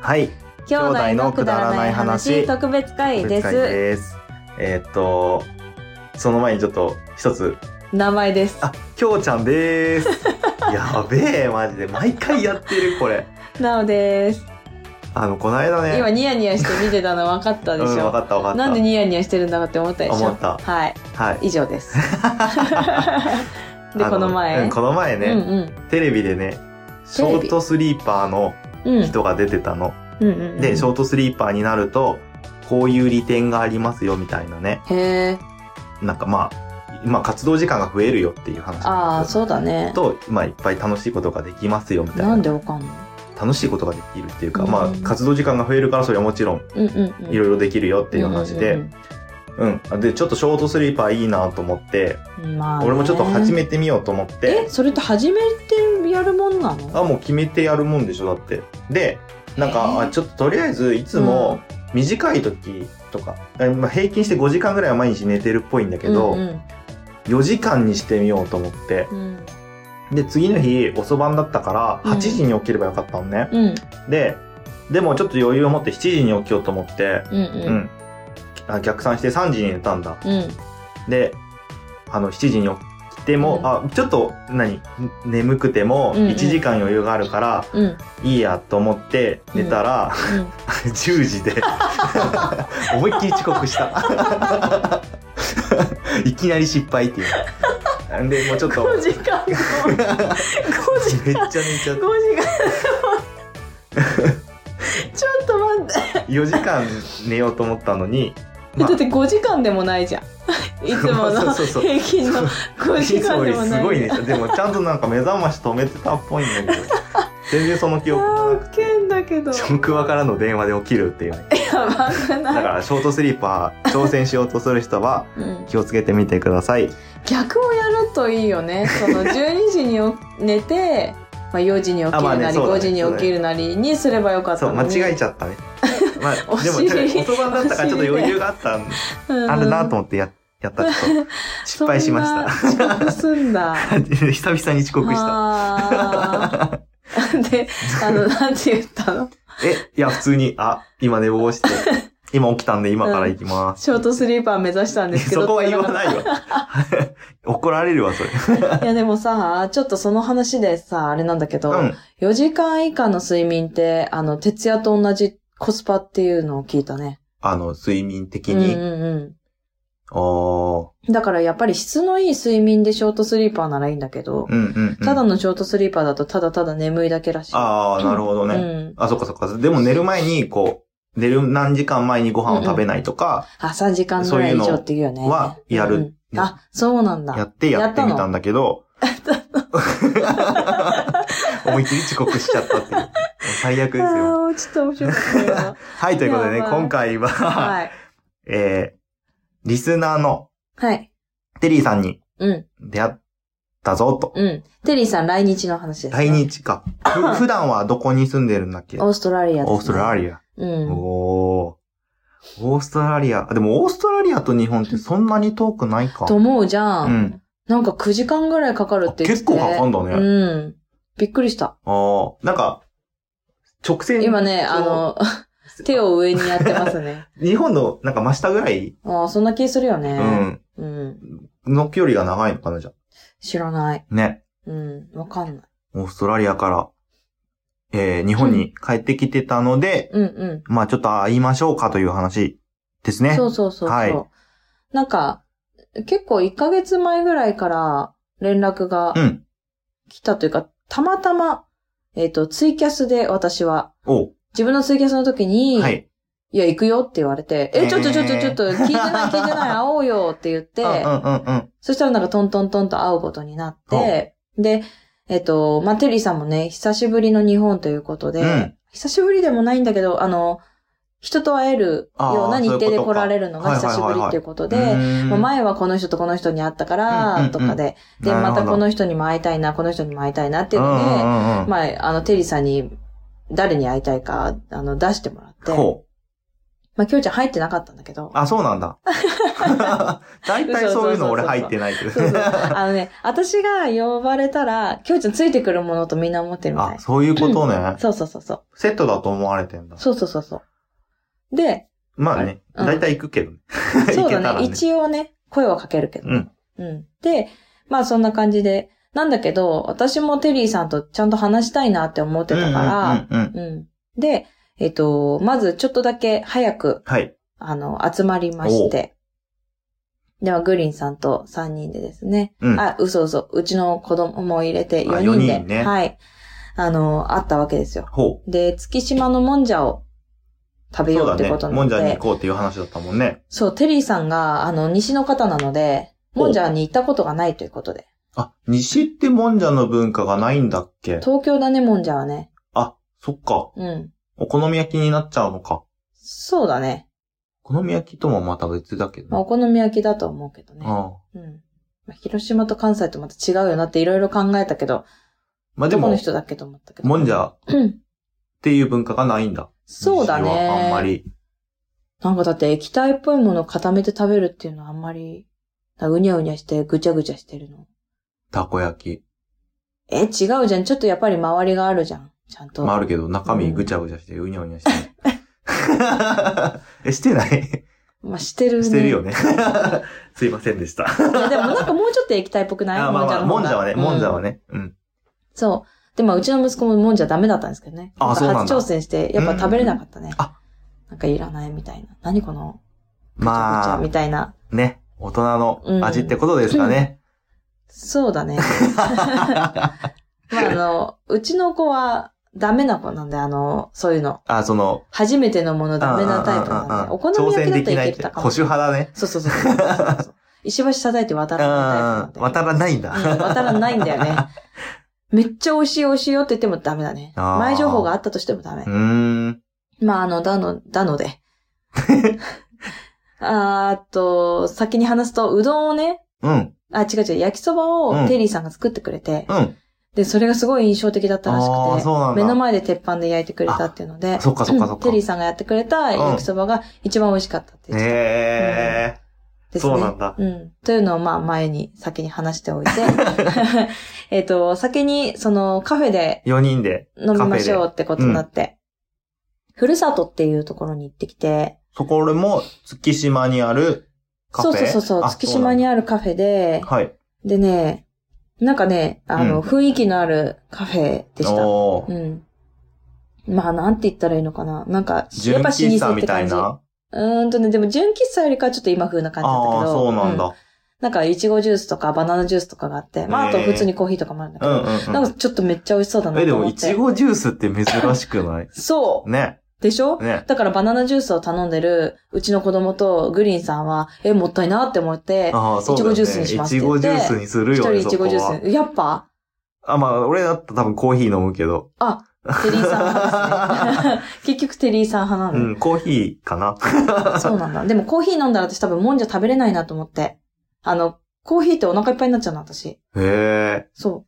はい兄弟のくだらない話特別会で別会す。ですえーっとその前にちょっと一つ名前です。あきょうちゃんです やべえマジで毎回やってるこれなおです。あのこの間ね今ニヤニヤして見てたの分かったでしうん、分ょ。かった分かったなんでニヤニヤしてるんだろうって思ったでしょ。思ったはい、はい以 上です。で、あこの前。うんこの前ね、テレビでねショートスリーパーのうんうん。うん人が出てたの、うんうんうん。でショートスリーパーになるとこういう利点がありますよみたいなねへえ。なんかまあまあ活動時間が増えるよっていう話あなんあ、ですよそうだね。と、まあ、いっぱい楽しいことができますよみたいななんでわかんの楽しいことができるっていうか、うんまあ活動時間が増えるからそれはもちろんうんうんうん。いろいろできるよっていう話で、うんううんんでちょっとショートスリーパーいいなと思ってうん。まあね。俺もちょっと始めてみようと思ってえ、それって始めてやるもんなのあもう決めてやるもんでしょだってでなんへーかあちょっととりあえずいつも短い時とか、あまあ、平均して5時間ぐらいは毎日寝てるっぽいんだけど、うんうん4時間にしてみようと思ってうんで次の日遅番だったからうん8時に起きればよかったのね、うんででもちょっと余裕を持って7時に起きようと思ってうんうん、うんあ逆算して3時に寝たんだうんであの7時に起きても、うんあちょっと何眠くてもうんうん1時間余裕があるから、うんうんいいやと思って寝たら、10時で 思いっきり遅刻した いきなり失敗っていうでもうちょっと5時間後5時めっ間ちゃ寝ちゃっ5時間たちょっと待って4時間寝ようと思ったのに、まあだって5時間でもないじゃん いつもそのうそうそう平均の5時いつ間もでよりもすごないい寝ちゃうでもちゃんとなんか目覚まし止めてたっぽいんだけど全然その記憶がなくて件だけど職場からの電話で起きるっていうね やばだくかない、らショートスリーパー挑戦しようとする人はうん、気をつけてみてください逆をやるといいよね その12時にお寝て、まあ、4時に起きるあまあなり、ねそうだね5時に起きるなりにすればよかったそう間のに違えちゃったね。 まおあでも尻音盤だったからちょっと余裕があったんうんあるなと思 ってややったちょっと失敗しましそんな遅刻す んだた。久々に遅刻した。あー で、あの、なんて言ったのえいや普通にあ今寝坊して今起きたんで今から行きます。ショートスリーパー目指したんですけど。そこは言わ ないわ。怒られるわそれ。いやでもさ、ちょっとその話でさ、あれなんだけど、うん4時間以下の睡眠って、あの、徹夜と同じコスパっていうのを聞いたね。あの睡眠的うんに。うんおーうん。だからやっぱり質のいい睡眠でショートスリーパーならいいんだけど、うんうんうん。ただのショートスリーパーだとただただ眠いだけらしい。ああなるほどうね。ん。あそっかそっか。でも寝る前にこう寝る何時間前にご飯を食べないとかあ、3時間ぐらい以上っていうよね。はやる。うんあ、そうなんだ。やってやってみたんだけど、思いっきり遅刻しちゃったっていう。もう最悪ですよ。あーちょっと面白かったよはい、ということでね、やばい今回は、 はい。えー、リスナーのはい。テリーさんにうん、出会ったぞと。うん。テリーさん来日の話です、ね。来日か。ふ普段はどこに住んでるんだっけオーストラリアです、ね。オーストラリリア。ア。うん。おー。オーストラリア。あでも、オーストラリアと日本ってそんなに遠くないかと。思うじゃ。うんん。なんか9時間ぐらいかかるって言って結構かかんだね。うん。びっくりした。あーなんか、直線。今ね、あの、手を上にやってま すね。日本のなんか真下ぐらい、あーそんな気するようね。ん、うん。の距離が長いのかな、じゃ知らない。あ。ね。うん。わかんない。オーストラリアから、えー、日本に帰ってきてたので、うんうまあちょっと会いましょうかという話ですん。ね。そうそうそうそう。はいなんか、結構1ヶ月前ぐらいから連絡がうん。来たというか、たまたま、えっ、と、ツイキャスで私は、おう自分のツイキャスの時に、、はいい。や、行くよって言われて、へえ、ーちょっとちょっとちょっと、聞い てない聞いてない、会おうよって言っうんうんて、うんそしたらなんかトントントンと会うことになって、で、えっ、と、まあ、テリーさんもね、久しぶりの日本ということで、うん久しぶりでもないんだけど、あの、人と会えるようなあー日程そういでうこと来かられるのが久しぶりっていうことで、うん。まあ前はこの人とこの人に会ったかうんうんうら、んとかで、で、なるまほどたこの人にも会いたいな、この人にも会いたいなっていうので、うんうんうんまあ、あの、テリーさんに誰に会いたいか、あの、出してもらって、ほまあ、きょうちゃん入ってなかったんだけど。あ、そうなん だ。大体そういうの俺入ってないけど。そうそう。あのね、私が呼ばれたら、きょうちゃんついてくるものとみんな思ってるみたあい、。そういうことね。そうそうそうそう。セットだと思われてんだ。そうそうそうそ う。で、まあね、うん大体行くけどね。そ行うけただね。らね。一応ね、声はかけるけど。うん。うん。で、まあそんな感じで。なんだけど、私もテリーさんとちゃんと話したいなって思ってたから、うんうんうんうんうんで、えっ、と、まずちょっとだけ早く、はい。あの、集まりまして。では、グリーンさんと3人でですね。うん。あ、嘘嘘。うちの子供も入れて4人で。 4人ねはい。あの、会ったわけですよ。ほで、月島のもんじゃを食う。べそうようだってねこと。なものんで。じゃに行こうっていう話だったもんね。そう、テリーさんが、あの、西の方なので、もんじゃに行ったことがないということで。あ、西ってもんじゃの文化がないんだっけ東京だね、もんじゃはね。あ、そっか。うん。お好み焼きになっちゃうのか。そうだね。お好み焼きともまた別だけどまあ、ね。お好み焼きだと思うけどね。ああうん。まあ、広島と関西とまた違うよなっていろいろ考えたけど、まあでどこのも、人だっけと思ったけど。もんじゃっうん。ていう文化がないんだ。そうだね。西はあんま。り。なんかだって液体っぽいものを固めて食べるっていうのはあんまり、だうにゃうにゃしてぐちゃぐちゃしてるの。たこ焼き。え、違うじゃん。ちょっとやっぱり周りがあるじゃん。ちゃんと。まああるけど、中身ぐちゃぐちゃして、うにゃうにゃして る。え、してないまあ、してるね。してるよね。 すいませんでした。いやでもなんかもうちょっと液体っぽくないあまあまあ、もんじゃはね、もんじゃはね。ね。うん。そう。で、まあ、うちの息子ももんじゃダメだったんですけどね。あなんかそうなんだ初挑戦して、やっぱ食べれなかったね。あなんかいらないみたいな。何この、ぐちゃまみたいな。あ、ね、大人の味ってことですか ね。そう だね。まあ、あの、うちの子はダメな子なんで、あの、そういうの。あ、その、初めてのものダメなタイプうんうんうんなんうんで、お好み焼きだったらいけってたか保も。守そう派だね。そうそうそうそうそうそう。石橋叩いて渡らないタイプうん。なんで。渡らないんだ。うん渡らないんだよ ね。めっちゃ美味しい美味しいよって言ってもダメだね。あー前情報があったとしてもダメう。ーん。まあ、あの、だの、だ ので。あーっと、先に話すと、うどんをね、うん。あ、違う違う、焼きそばうんをテリーさんが作ってくれて、うん。で、それがすごい印象的だったらしあーくてそうなん、だ目の前で鉄板で焼いてくれたっていうので、そっかそっかそっかテリーさんがやってくれた焼きそばが一番美味しかったって言ってえたえ。ですね。そうなんだ。うん。というのを、まあ、前に、先に話しておい て。えっと、先に、その、カフェで4人で。飲みましょうってことになって、ふるさとっていうところに行ってきて、そこ俺も月島にあるカフそェうそうそうそう、月島にああるカフェでる。、はい。でね、なんかね、あの、うん雰囲気のあるカフェでした。おうー。ん。まあ、なんて言ったらいいのかな。なんか、や純っぱ老喫茶舗っみてた感いじ。うな。ーんとね、でも純喫茶よりかはちょっと今風な感じだったあけあー、ど。そうなんうだ。なんか、いちごジュースとかバナナジュースとかがあって、まあ、あと普通にコーヒーとかもあるんだけうど、んうんなうんかちょっとめっちゃ美味しそうだん。なえ、でと思も、っいて。ちごジュースって珍しく ないそうね。でしょね。だからバナナジュースを頼んでるうちの子供とグリーンさんは、え、もったいなって思って、ああ、そうだよね。いちごジュースにしますいちって言ごっジてュースにする一よ人ね、いそちこごジュは。ース。やっぱあ、まあ、俺だったら多分コーヒー飲むけど。あ、テリーさん 派ですね。結局テリーさん派うなの、ん、コーヒーかな。そうなんだ。でもコーヒー飲んだら私多分もんじゃ食べれないなと思って。あの、コーヒーってお腹いっぱいになっちゃうの、私。 へそ。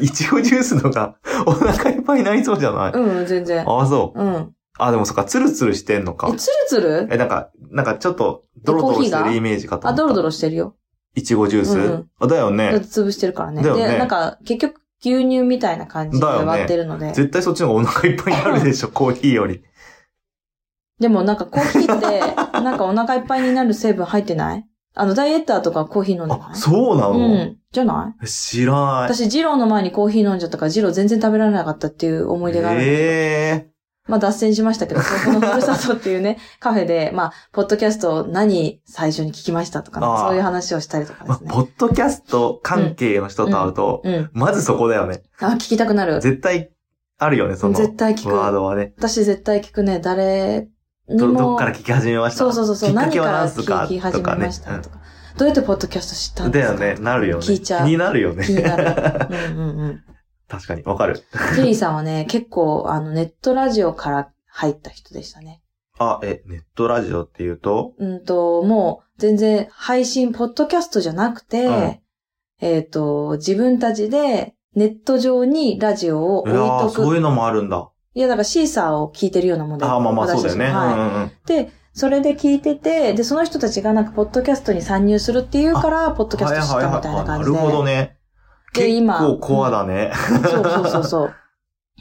え。いちごジュースの方がお腹いっぱいになりそうじゃないううん、全然。ああ、そう。うん。あ、でもそっか、ツルツルしてんのかえ、。ツルツルえ、なんか、なんかちょっと、ドロドロしてコーヒーるがイメージかと思あ、った。ドロロ。ドロしてるよ。いちごジュース、うんうんあ、だよだっねて。潰してるからね。だよねで、なんか、結局牛乳みたいな感じでだよね割ってるので。絶対そっちの方がお腹いっぱいになるで しょ、コーヒーより。でもなんかコーヒーって、 なんかお腹いっぱいになる成分入ってないあの、ダイエッターとかコーヒー飲んでなあ、いそうなの、うん。じゃない知らない。私、ジローの前にコーヒー飲んじゃったから、ジロー全然食べられなかったっていう思い出がある。えまあ、脱線しましたけど、そこのふるさとっていうね、 カフェで、まあ、ポッドキャストを何最初に聞きましたとかねあーそういう話をしたりとかーでまあ、すね。ポッドキャスト関係の人と会うと、うん。まずそこだよね。あ、聞きたくなる。絶対、あるよね、その、絶対聞ワーく。ドはね。私絶対聞くね、誰にど、も。どっから聞き始めましたそうそうそうそう。きっか何けかはら何すか聞き始めましとかたねとか。どうやってポッドキャスト知ったうんんだですよかね、なるよね。聞いちゃ気うに。なるよね。気になる。うんうんうん。 確かに、わかる。テリーさんはね、結構、あの、ネットラジオから入った人でしたね。あ、え、ネットラジオっていうと、うんと、もう、全然、配信、ポッドキャストじゃなくて、うんえっ、と、自分たちで、ネット上にラジオをい置いやーとそうく。いうのもあるんだ。いや、だからシーサーを聞いてるようなもんで。あーまあまあ、そうだよね。私たちもはい。うんうんうん。で、それで聞いてて、で、その人たちがなんか、ポッドキャストに参入するっていうから、ポッドキャスト知ったみたいな感じで。なるほどね。で結今構コアだね。そうそうそ うそう。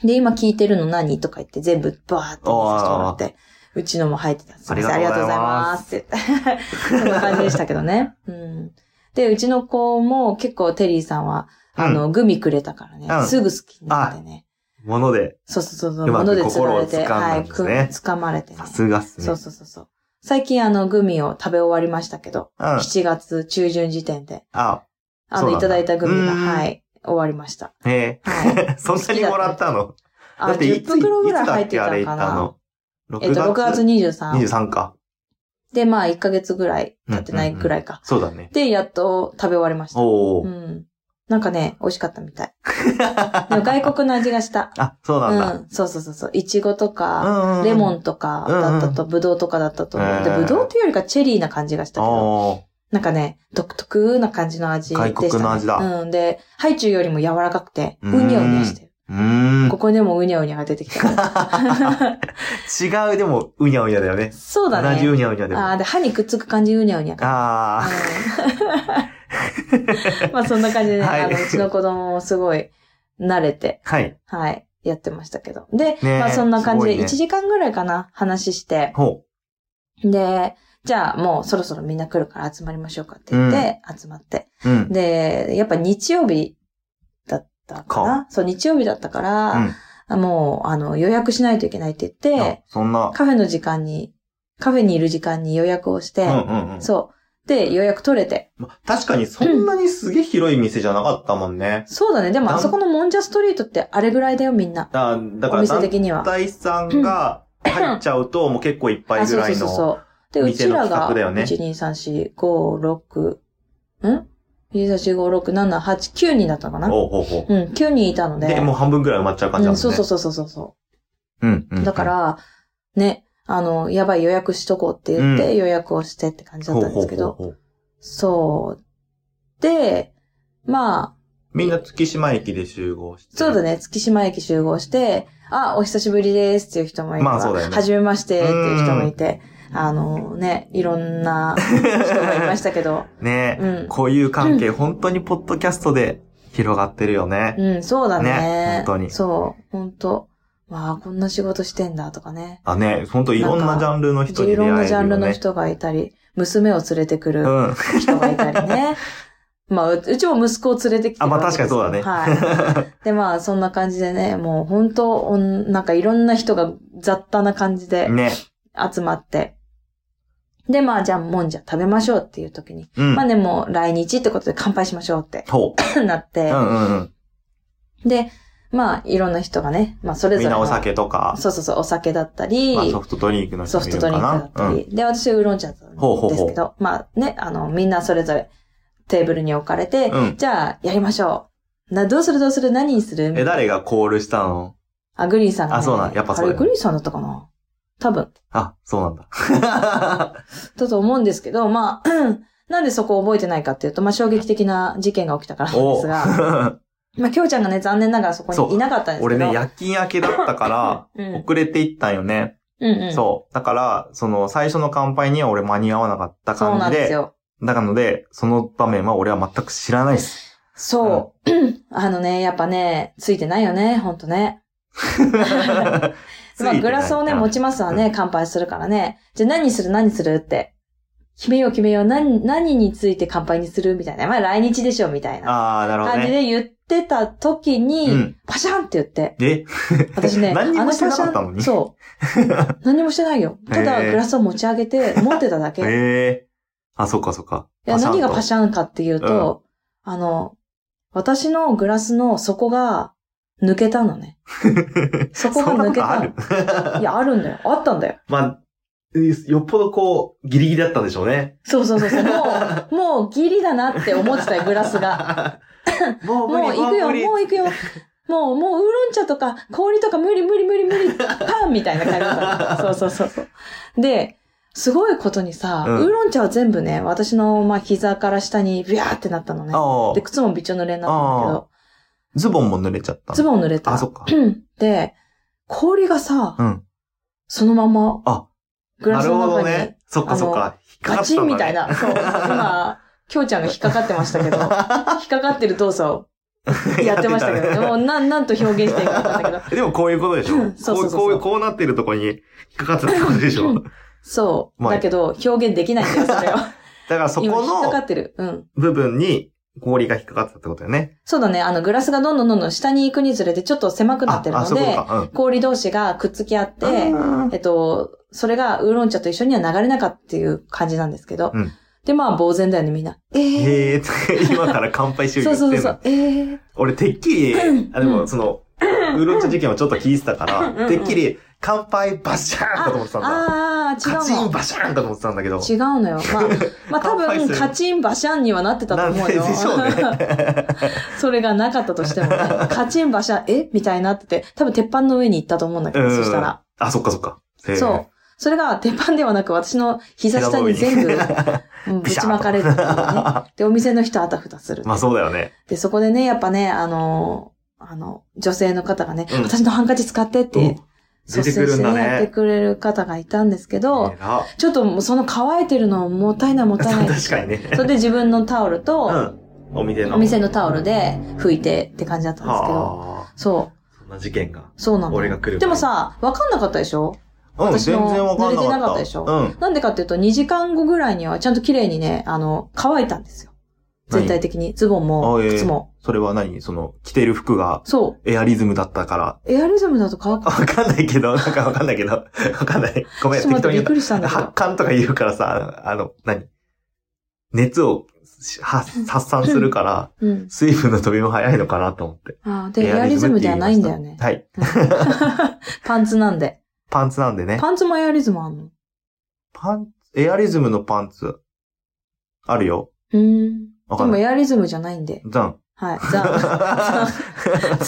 で、今聞いてるの何とか言って、全部バーって見させてもらって、うちのも入ってたんですよ。あありりががととううござございいまますって言って。そんな感じでしたけどね。うん。で、うちの子も結構テリーさんは、あの、グミくれたからね、うんすぐ好きになってね。もので、そうそうそうそう、うまく物で釣られて、心を掴んだんですねはい、つかまれてね。さすがっすね。そうそうそうそう。最近あの、グミを食べ終わりましたけど、うん。 7月中旬時点で、あ、あそうの、ないんだただいたグミが、うんはい、終わりました。へはい。え。 そんなにもらったのあ、10袋ぐらい入ってたのかな。 6えっと、6月23。 23か。で、まあ、1ヶ月ぐらい経ってないぐらいか。そうだね。で、やっと食べ終わりました。おうー。ん。なんかね、美味しかったみたい。でも外国の味がした。 あ、そうなんだ。うん。そうそうそうそう。いちごとか、うんうんレモンとかだったと、ぶどうとかだったと思う。で、へーぶどうというよりかチェリーな感じがしたけど、おーなんかね、独特な感じの味でした、ね。外国の味だうん。で、ハイチュウよりも柔らかくて、ううんにゃうにゃしてる。う ーん。ここでもうにゃうにゃが出てきたから。 違う、でも、うにゃうにゃだよね。そうだね。同じうにゃうにゃでも。あああ、で、歯にくっつく感じ、うにゃうにゃか。あうん まあ、そんな感じで、はいあの、うちの子供もすごい慣れて、ー。はい。はい、やってましたけど。で、ねえまあ、そんな感じすで、ごいね1時間ぐらいかな、話して、ほで、じゃあもうそろそろみんな来るから集まりましょうかって言って、集まって。う。うん。で、やっぱ日曜日だったかなそう、日曜日だったから、もう、あの、予約しないといけないって言っあて、そんな。カフェの時間に、カフェにいる時間に予約をしうて、んうんうん。そう。で、予約取れて。ま確かにそんなにすげえ広い店じゃなかったもんね。そうだね。でも、なんあそこのもんじゃストリートってあれぐらいだよ、みんな。だだかおら、店団的には。体さんが入っちゃうと、もう結構いっぱいあ、ぐそうらそういそうの。そう。で、うちらが、店の企画だよね1、2、3、4、5、6、ん ?1、2、3、4、5、6、7、8、9人だったかなおうほうほうん、9人いたのう。で。で、もう半分ぐらい埋まっちゃう感じだうもんん、ね。。そうそうそうそうそうそううん、うん。う。だから、ね、あの、やばい予約しとこうって言うって、予約をしてって感じだほうっほうんほたでうすけど。ほう、そう。で、まあ、みんな月島駅で集合して。そうだ。ね、月島駅集合して、あ、お久しぶりですっていう人もいれば、まあそうだよねはじめましてっていう人もいて、あのね、いろんな人がいましたけ ど、ねうえ、んこういう関係、本当にポッドキャストで広がってるよね。うん、そうだね。ね本当にそう、本当まあ、こんな仕事してんだとかね。あ、ね本当いろんなジャンルの人にい出会えろるよんね。なジャンルの人がいたり、娘を連れてくるうん。人がいた りね。まあ、ううちも息子を連れてきてあ、るまあわ確けですかにそうだね。はい。で、まあ、そんな感じでね、もう本当、おんなんかいろんな人が雑多な感じでね。集まって。で、まあ、じゃあ、もんじゃ食べましょうっていう時に。うんまあ。でも、来日ってことで乾杯しましょうって ほなっう。うて。んうんうん。で、まあ、いろんな人がね、まあ、それぞみれんの。なお酒とか、そうそうそう、お酒だったり、まあ、ソフトドリンクの人ソもフいトるドかリンクだなっ。たり、で、私はウーロン茶だったんですけど、ほうほうほまあね、あの、みんなそれぞれテーブルに置かれて、うんじゃあ、やりましょう。な、どうするどうする何にするうみんたえ、いな誰がコールしたのあ、グリーンさんが、ね。あそうなんやっぱそうあだれ、グリーンさんだったかな多分。あ、そうなん だ。だと思うんですけど、まあ、 なんでそこを覚えてないかっていうと、まあ、衝撃的な事件が起きたからなんおですが、 まあ、きょうちゃんがね、残念ながらそこそうにいなかったんですけど。俺ね、夜勤明けだったかうん、ら、遅れていったんよね。うんうん。そう。だから、その、最初の乾杯には俺間に合わなかったそうな感んじですで、よ。だからので、その場面は俺は全く知らないです。そう。あのね、やっぱね、ついてないよね、ほんとね。 まあ、グラスをね、持ち、ちますわね、乾杯するからね。じゃあ何する何するって。決めよう決めよう。何、何について乾杯にするみたいな。まあ、来日でしょ、みたいなああ、なるほど感じね。で言ってた時に、うんパシャンって言って。え私ね、何にもしてなかったのあにパシャンそう。何にもしてないよ。ただ、 へーグラスを持ち上げて、持ってただ け。えいえあ、そっかそっか。や、何がパャンシャンかっていうと、あの、私のグラスの底が抜けた のね。そこが抜けたの。そんなことあいるや、あるんだよ。あったんだよ。まあ、よっぽどこう、ギリギリだったんでしょうね。そうそうそうそう。もう、もうギリだなって思ってたよ、グラスが。が。もう無もう理、行くよ、無理もう 行くよ。もう、もうウーロン茶とか氷とか無理無理無理無理、パンみたいな感じだ った。そうそうそうそう。で、すごいことにさ、うんウーロン茶は全部ね、私の、まあ、膝から下にビャーってなったのね。ああで、、靴もびちょ濡れになったんだけど、ズボンも濡れちゃった。ズボン濡 れた。あ、そっか。うんで、氷がさ、うん。そのまま、あグラスのなるほ中どに、ね。そっかそっか。引っかかガったんチだ、ンね、みたいな。そう。今、きょうちゃんが引っかかってましたけど、 引っかかってる動 作をやってましたけど、ね、もうなん、なんと表現していいか分かん ないけど。 でもこういうことでしょうん そうそうそうそうこう、こう、こうなってるとこに 引っかかってたってことでしうょんそう。まあだけど、表現できないんだよ、それは。だ からそこ今、引っかかのってる。うん。部分に氷が引っかかってたってことだよね。そうだね。あの、グラスがどんどんどんどん下に行くにつれて、ちょっと狭くなってるあ、あ、のそういうこでと、か。うん。氷同士がくっつき合っあて、ーえっと、それがウーロン茶と一緒には流れなかったっていう感じなんですけど。うんで、まあ、呆然だよね、みんな。えー。へえー、 今から乾杯しようそ言うってんそのうそう。えー。俺、てっきり、 うんあ、でも、その、ウーロン茶事件をちょっと聞いてたかうんうんうら、んてっきり、乾杯バシャーンかと思ってたんだ。ああカー、違チうンの。バシャーンかと思ってたんだけど。違うのよ。まあ、まあ多乾杯す分、るカチンバシャンにはなってたと思うよ。なんででしょうね。それがなかったと してもね、カチンバシャン、えみたいになってて、多分鉄板の上に行ったと思うんだけど、 そしたら。うん。あ、そっかそっか。へーそう。。それが鉄板ではなく、私の膝下に全部、うんぶぐしゃーっちとまか れるっていうね。で、お店の人あたふたする。まあそうだよね。で、そこでね、やっぱね、あのーあの、女性の方がね、うん私のハンカチ使ってっうてん、出てくるんだ率先してやってね。くれる方がいたんですけど、偉ちょっともうその乾いてるのもったいないもったいない。 確かにね。それで自分のタオルうと、ん。お店の。お店のタオルで拭いてって感じだったんですけど、はあ。そう、そんな事件が。そうなの。俺が来る前でもさ、わかんなかったでしょうん、私全の然わかんなかった。濡れてなかったでしょうん。なんでかっていうと、2時間後ぐらいにはちゃんと綺麗にね、あの、乾いたんですよ。何全体的に。ズボンもあええ靴も。それは何その、着てる服がそエアリズムだったから。う。エアリズムだと乾くわかんないけど、なんかわかんないけど。わかんない。ごめん、ちょ適っと待当って、びにっくりしたん言った。だけ発ど。汗とか言うからさ、あの、何熱をし発発散するから、うん。水分の飛びも早いのかなと思って。あーで、エアリズムではないんだよね。エアリズムって言いましたはい。パンツなんで。パンツなんでね。パンツもエアリズムあんのパン、エアリズムのパンツ、あるよ。うーん。わでかんもない。エアリズムじゃないんで。ザ ン。はい。 ザン。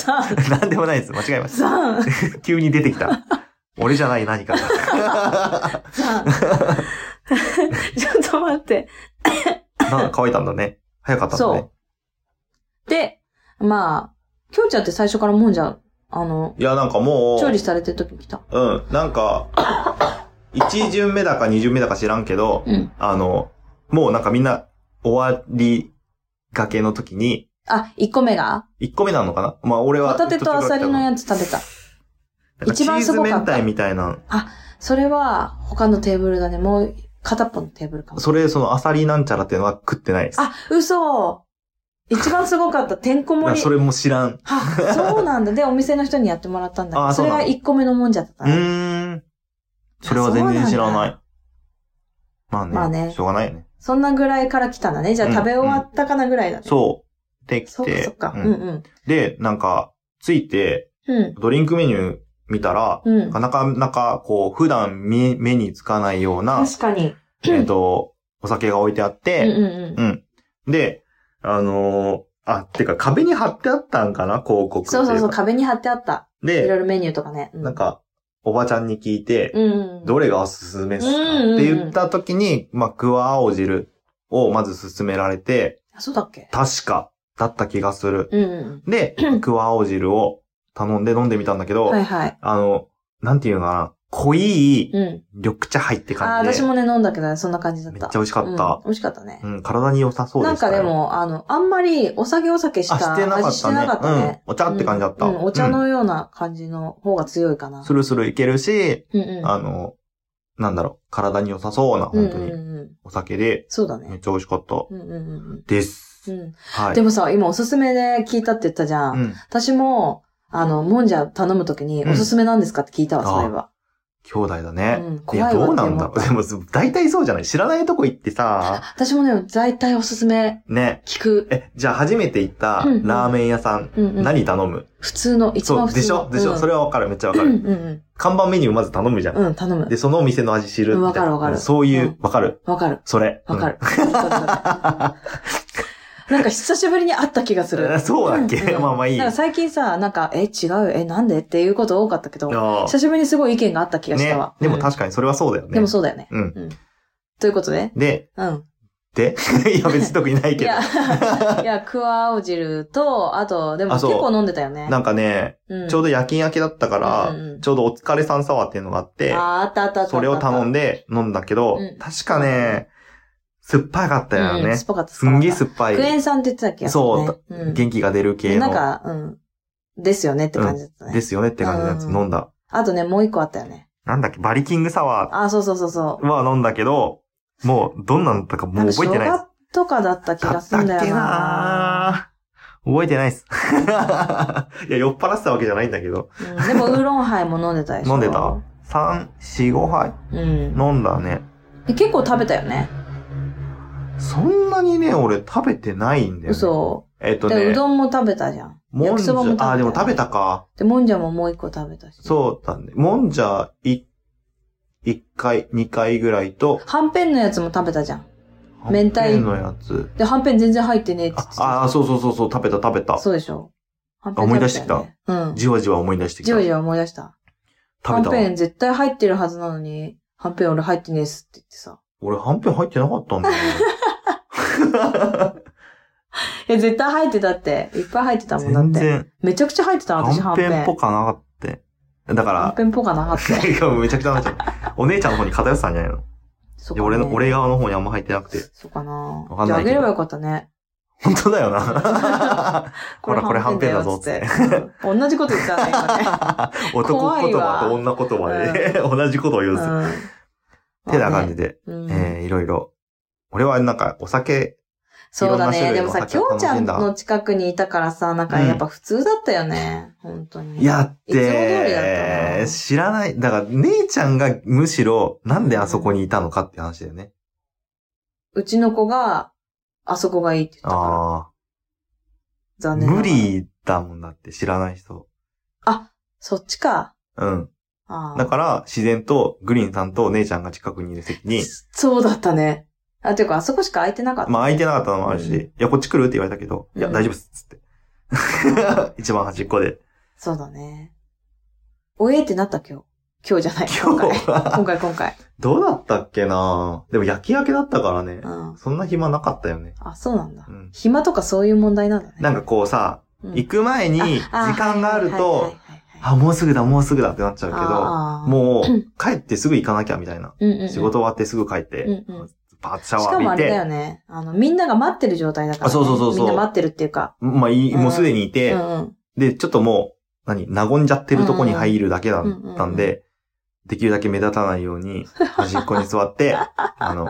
ザン。なんでもないです。間違えましザン。た。急に出てきた。俺じゃない何か が。ザン。ちょっと待って。なんか乾いたんだね。早かったんだねそ。で、まあ、きょうちゃんって最初からもんじゃ、あの、いや、なんかもう、調理されてる時に来た。うん、なんか、1巡目だか2巡目だか知らんけど、うん。あの、もうなんかみんな終わりがけの時に、あ、1個目が1個目なのかなまあ俺は。ホタテとアサリのやつ食べた。一番すごかったなんチーズ明太みたいな。それは他のテーブルだね。もう片っぽのテーブルかも。それ、そのアサリなんちゃらっていうのは食ってないです。あ、嘘一番すごかった。てんこだか盛らりそ。れも知らん。うあ、そうなんだ。で、お店の人にやってもらったんだけど。あそそうれなのが1個目のもんじゃったから。ーん。それは全然知らない。まあね。まあねしょうがないよね。そんなぐらいから来たんだね。じゃあうん食べ終わったかなぐらいだね。そう。できそっかて。そっか。ううんんうん。で、なんか、ついて、うん。ドリンクメニュー見たら、うん。なかなか、こう、普段見目につかないような、確かに。えっと、お酒が置いてあっうんて、うんうん。で、あのーあ、てか壁に貼ってあったんかな広告っていそうかそうそう。壁に貼ってあった。いろいで、ろメニューとかね。うなん、か、おばちゃんに聞いて、うんうん。どれがおすすめっすかうんうんうんって言った時に、まあ、クワ青汁をまず勧められて、あそうだっけ確かだった気がする。うんうん で、クワ青汁を頼んで飲んでみたんだけど、うん。はいはい。あの、なんていうのかな、濃いうん。緑茶入ってあ、感じ私で、もね、飲んだけど、そんな感じだっ。めったちゃ美味しかったうん。美味しかったね。うん、体に良さそうなでんしたかよ。でも、あの、あんまりお酒お酒したあ、してなか味っしてたなね。かったね。うん。お茶って感じだった。うんうんお茶うんのような感じの方が強いかな。スルスルいけるし、うんうん。あの、なんだろう、体に良さそうな、うん本う当んうに、んうん。お酒で、そうだめねっ。ちゃ美味しかった。うんうんうんです。うん。うんはい。でもさ、今おすすめで聞いたって言ったじゃ。うんん。私も、あの、もんじゃ頼むときにうんおすすめなんですかって聞いたわ、あそういえば。兄弟だね。うん、いや、怖いどわっうてなん思だっろう。た。でも、大体そうじゃない知らないとこ行って さ、私もね、大体おすすめね。聞く。え、じゃあ初めて行ったうんうんラーメン屋さん、うんうん、何頼む普通の、一そ番う、普で通しの。ょでしょそれははわかる。めっちゃわかうんる。うん看板メニューまず頼むじゃ。うんん。うん、頼むで、。そのお店の味知るうんみたいな。わかるわかる、そういううんわかる。わかる。それ。わかる。。る。 なんか久しぶりに会った気がする そうだっけんんまあまあいいなんか最近さ、なんか、え、違うよ、え、なんでっていうこと多かったけど、あ久しぶりにすごい意見があった気あがしねたわ。。でもうん確かにそれはそうだよね。でもそうだよね。うん。ということで、で、 うん。ていや、別に特にないいけどや。、いや、クワ青汁と、あと、でもあ結そう構飲んでたよね。なんかね、うんちょうど夜勤明けだったから、うんうんちょうどお疲れさんサワーっていうのがあって、あーあったあったあった。それを頼んでで飲んだけど、うん確かね、酸っぱかったよね。うん、酸っすぱかった。んげえ酸っっぱぱクエい。ン酸って言ってたっけ、そうん、元気が出る系なんの。か、うん。ですよねって感じだったね。ですよねって感じのやつうんうん飲んだ。あとね、もう一個あったよね。なんだっけ、バリキングサワあ、そうそうそうそーは飲んだけど、もう、どんなのだったかう。なもんうか覚えてない生です姜。とかだった気だがっすたんっだけよな。なぁ覚えてないっす。 いや、酔っ払ってたわけじゃないんだけど。うんでも、ウーロンハイも飲んでたでし ょ。飲んでた ?3、4、5杯うん。飲んだね。で結構食べたよね。そんなにね、俺食べてないんだよ、ね。嘘。えっとで、ねう、どんも食べたじゃん。もん焼きじそゃばも食べたよねあ、でも食べたか。で、もんじゃももう一個食べたし。そうだね。もんじゃ、い、1回、2回ぐらいと、はんぺんのやつも食べたじゃん。明太はんぺんのやつ。で、はんぺん全然入ってねえって言ってたああ、そうそうそうそう、食べた食べた。そうでしょはんぺんあ思い出してきた食べよねうん。じわじわ思い出してきじた。わじわ思い出した。はん食べぺた。ん絶対入ってるはずなのに、はんぺん俺入ってねえっすって言ってさ。俺、はんぺん入ってなかったんだよね。いや、絶対入ってたって。いっぱい入ってたもん だっ全て。然、めちゃくちゃ入ってたの、私、ははんんぺぺんん。っぽかなかった。だかはんら、ぺんっぽかなかった。 めちゃくちゃなっちゃった。お姉ちゃんの方に偏ってたんじゃないのそうでかね俺の、俺側の方にあんま入ってなく て。そうかなわかんないけどじゃああげればよかったね。本当だよ な。ほら、これはんぺんだぞっつって。て。うん同じこと言ってたね、今ね。男言葉と女言葉で、 同じことを言ううんですよ。てな感じで。で、うんえー、いろいろ。俺はなんか、お酒、そうだね。いでろんもなさ、種類のきょうちゃん楽しんだの近くにいたからさ、なんかやっぱ普通だったよね。本当に。やっいつも通りだったてな、知らない。だから、姉ちゃんがむしろ、なんであそこにいたのかって話だよね。うちの子が、あそこがいいって言ったから。ああ、残念なが無ら。理だもんだって、知らない人。そっちか。うん。あーだから、自然と、グリーンさんと姉ちゃんが近くにいる席に、そうだったね。あ、ていうか、あそこしか空いてなかった。まあ空いてなかったのもあるし、うんいや、こっち来るって言われたけど、いや、うん大丈夫っす、つって。 一番端っこで。 そうだね。おえーってなった今日。今日じゃない。今日回。今は、回、今回。どうだったっけなでも焼き明けだったからね、うん。そんな暇なかったよね。あ、そうなんだ。うん暇とかそういう問題なんだね。なんかこうさ、うん、行く前に時あ間がある、はいと、あ、もうすぐだ、もうすぐだってなっちゃうけど、、もう帰ってすぐ行かなきゃみたいな。う、うんうんうん仕事終わってすぐ帰っうてんうん、バッシャしワかーもあ浴びれだてよ、ね。あの、みんなが待ってる状態だから、あそうそうそうそうみんな待ってるっていうか。まあいい、うんもうすでにいうて、んうん。で、ちょっともう、何、和んじゃってるとこに入るだけだうんうんうんったんで、できるだけ目立たないように、端っこに座って、あの、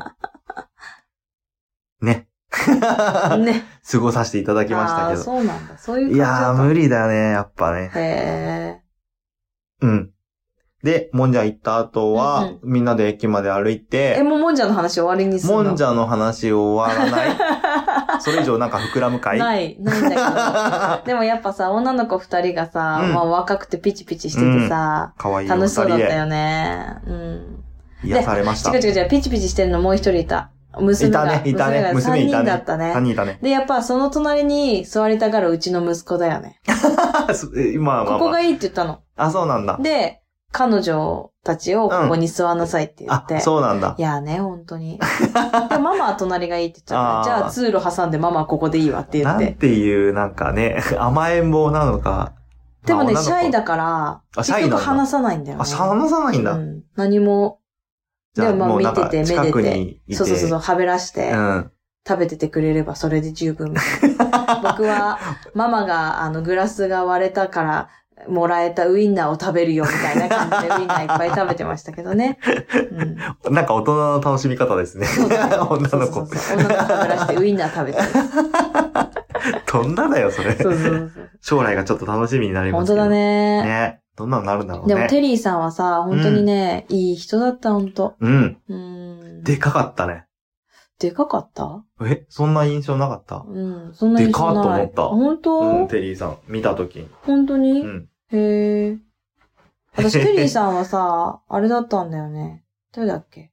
ね。 ね。過ごさせていただきましたあけーど。そうなんだ。そういうい感じだやっー、た。無理だね、やっぱね。へうん。で、もんじゃ行った後は、みんなで駅まで歩いーえ、て、もうもんじゃの話終わりにするのもんじゃの話終わらない。それ以上なんか膨らむかい。ないい、ないんだ けど。でもやっぱさ、女の子二人がさ、うんまあ若くてピチピチしててさ、かわいいお楽二しそ人うだったでよね。うん。癒されました違う。違う違う、ピチピチしてるのもう一人いた。娘が。いたねいたね娘娘いたが3人ねだったね3。人いたね。で、やっぱその隣に座りたがるうちの息子だよね。そえ今はまあここまがいいって言ったの。あ。あ、そうなんだ。で、彼女たちをここに座んなさいって言っあて。、そうなんだい。やね、本当に。でママは隣がいいって言ったから、あーじゃあ通路挟んでママはここでいいわって言なっんて。ていう、なんかね、 甘えん坊なのか。でもね、まあシャイ。だから、あシャ結イなん局だ話さないんだよね。女の子あ、話さないんうだ。ん、何も、じゃあ、でもまあもうなんか見てて近くめでてにいて。そうそうそう、はべらして、うん。食べててくれればそれで 十分。僕は、ママが、あの、グラスが割れたから、もらえたウインナーを食べるよみたいな感じでウインナーいっぱい食べてましたけ どね。うん、なんか大人の楽しみ方ですね。そうだ ね女のそう子そう。そう女の子食べらしてウインナー食べてる。どんなだよ、それ。そうそう そう。将来がちょっと楽しみになりま本すけ当どだねね。どんなのなるんだろうでね。もテリーさんはさ、本当にね、いい人だった、本当うん。うん。でかかったね。でかかったえ、そんな印象なかったうん。そんな印象ない。でかっと思本当、うん、テリーさん。見たときに。本当に、うん。へえ。私、 テリーさんはさ、あれだったんだよね。誰だっけ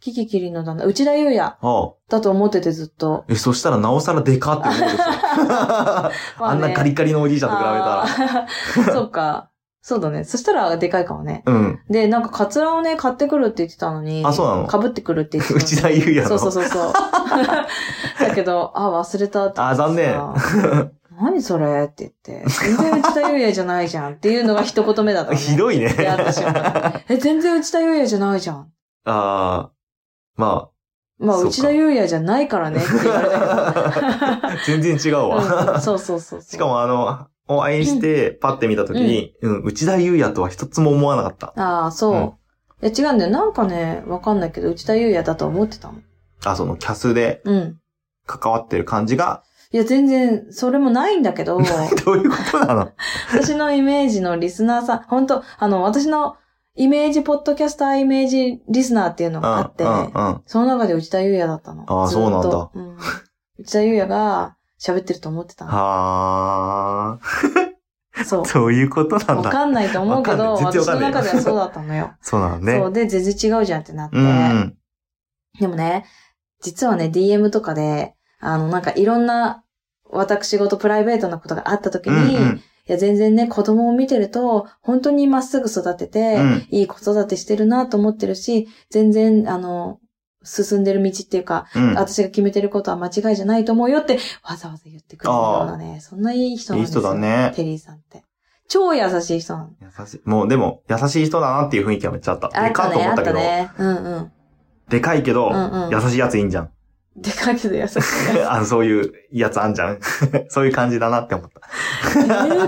キキキリンの旦那、内田優也ああ。だと思っててずっと。え、そしたらなおさらでかって 思うでしょ。まあんなカリちカリのおじいちゃんと比べたら。 べたら。そうか。そうだね。そしたらでかいかもね。うん。で、なんかカツラをね、買ってくるって言ってたのに。あそうなのかぶってくるって言ってたのに。内田裕也のそうそうそう そう。だけど、あ、忘れたってあ残念念。何それって言って。全然内田裕也じゃないじゃんっていうのが一言目だった、ね。ひどいね。出会っ た瞬間え、全然内田裕也じゃないじゃん。ああ。 ままあ、そうか内田裕也じゃないからねって言われたけあ、全然違うど うん。わ。そうそうそうそう。しか。もあの、お会いして、パッて見たときに、うん、内田裕也とは一つも思わなかった。ああ、そう。え、違うんだよ。なんかね、わかんないけど、内田裕也だと思ってたの。あ、そのキャスでうん。関わってる感じが、 いや、全然、それもないんだけどど、ういうことなの私のイメージのリスナーさん、本当あの、私のイメージ、ポッドキャスターイメージリスナーっていうの があって、うん、うん、その中で内田裕也だったの。あーずっそとうなんだ。うん、内田裕也が喋ってると思ってたの。はそうあ。。そういうことなんわだ。かんないと思うけど、わかんない全私然のわかんない中ではそうだったのよ。そうなの ねそ。うで、全然違うじゃんってなって。うん。でもね、実はね、DM とかで、あの、なんかいろんな、私事プライベートなことがあった時うに、ん、ういん。や、全然ね、子供を見てると、本当にまっすぐ育てて、うんいい子育てしてるなと思ってるし、全然、あの、進んでる道っていうか、うん。私が決めてることは間違いじゃないと思うよって、わざわざ言ってくれるようなね、そんないい人いなんいですよ。人だね。テリーさんって。超優しい人なの。優しい。もうでも、優しい人だなっていう雰囲気はめっちゃあった。あでったかとね、思あっったけたど、ね。うんうん。でかいけど、うんうん優しいやついいん じゃん。でかいけど優 しい。あの、そういうやつあんじゃ ん。そういう感じだなって思った。えー、言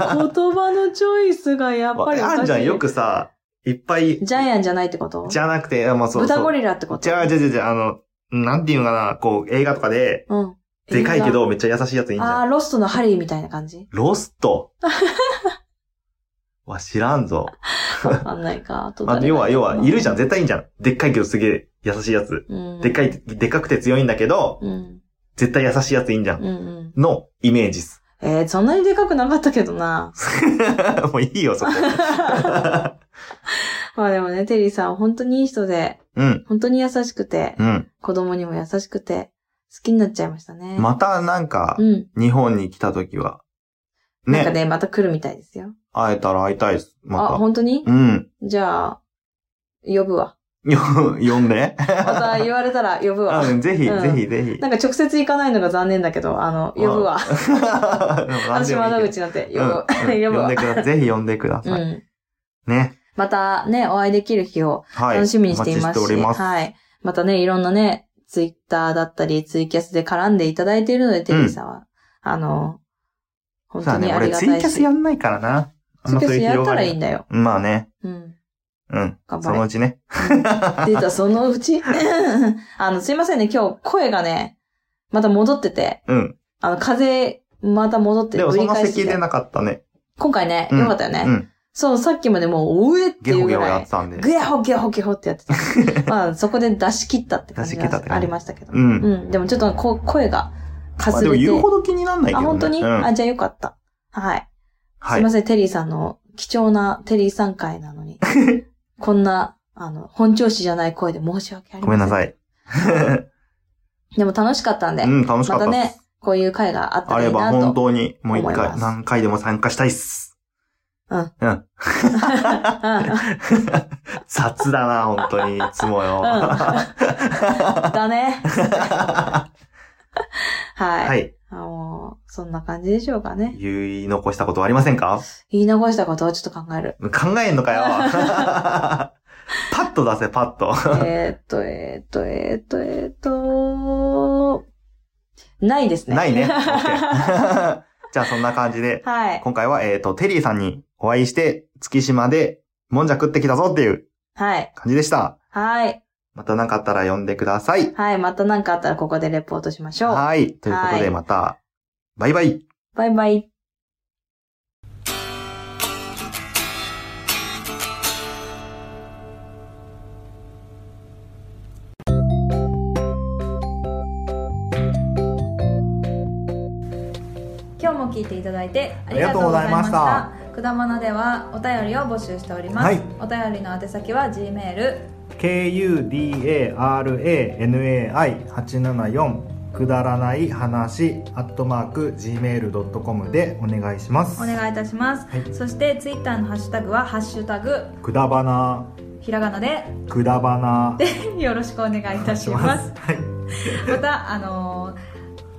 葉のチョイスがやっぱりおかしいあんじゃん、よくさ、いっぱい、ジャイアンじゃないってことじゃなくて、まあそうそう。豚ゴリラってことじゃあ、じゃあ、じゃあじゃあ、あの、なんていうのかな、こう、映画とかで、うん。でかいけどめっちゃ優しいやついいんじあゃあー、ん。ロストのハリーみたいな 感じロス ト。は知らんぞ。わかんないか。とまあ、誰要がは、要は、いるじゃん。う絶対いいんじゃん。でっかいけどすげえ優しいやつ。ん。でっかい、でっかくて強いんだけど、うん。絶対優しいやついいんじゃ。うんんうん。のイメージっす。 えー、そんなにでかくなかったけどな。もういいよ、 そこ。まあでもね、テリーさん、本当にいい人で、うん、本当に優しくて、うん。子供にも優しくて、好きになっちゃいましたね。またなんかう、ん。日本に来た時は、なんかね、ね、また来るみたいですよ。会えたら会いたいです。あ、ま本当にた。うん。 じゃあ、呼ぶわ。よ、呼んで。また言われたら呼ぶわ。 うんぜひ、うんぜひ、ぜひ。なんか直接行かないのが残念だけど、あの、呼ぶわ。 私窓口なん て呼ぶ。うん呼呼ぶんわで。く だぜひ呼んでくだうさい。ん。ね。またね、お会いできる日をはい。楽しみにしていまお待すし、ちしております。はい。またね、いろんなね、ツイッターだったり、ツイキャスで絡んでいただいているので、テリーさんは。あの、本さ当あにね、あり俺がツたイいキャし。スやんないからな。あんツまそうイキャスいうやっ広たがらいいりんだよ。まあね。うん。うん。頑その張うちね。れ。出た、そのうち あの、すいませんね、今日声がね、また戻ってて、うん。あの、風、また戻って、でもそんなぶり返して咳出なかったね。今回ね、うんよかったよね。うん。そう、さっきまでもう、おえっゲていホうゲぐホやらっいて、たんで。ゲホゲホゲホってやってた。 まあ、そこで出し切ったって感じ出し切ったがって感じありましたけど。うんうん。でもちょっとこ声がかまあすでもれて。言うほど気になんないけどあ、ね。本当に、うんあ、じゃあよかった。はい。はすいいま。せん、テリーさんの貴重なテリーさん会なの に。こんな、あの、本調子じゃない声で申し訳ありません。ごめんなさ。い。でも楽しかったんで、うん、楽しかまったたっす。ね、こういう会があったあらいれいばな本と。当にもう一思いま回す何回でも参加したいっす。 うん。うん。雑だな、本当に。いつも よ。うん だね。はい。はい。あのそんな感じでしょうかね。言い残したことはありませんか言い残したことをちょっと考 える。考えんの かよ。パッと出せ、パッと。えーっと、えーっと、えーっと、えーっと、ないですね。ない ね。オッケーは じゃあそんな感じで、い。今回は、えっ、と、テリーさんにお会いして、月島で、もんじゃ食ってきたぞっていうはい。感じでした。はい。また何かあったら呼んでください。はい。また何かあったらここでレポートしましょう。はい。ということはで、いまた、バイバイ。バイバイ。今日も聞いていただいてありがとうございましたあくだまなではお便りを募集しております、はいお便りの宛先は G メール kudaranai874 くだらない話、アットマーク、gmail.com でお願いします。お願いいたします、はいそしてツイッターのハッシュタグは「ハッシュタグくだばな、ひらがなでくだばな、」でよろしくお願いいたします はい。またあのー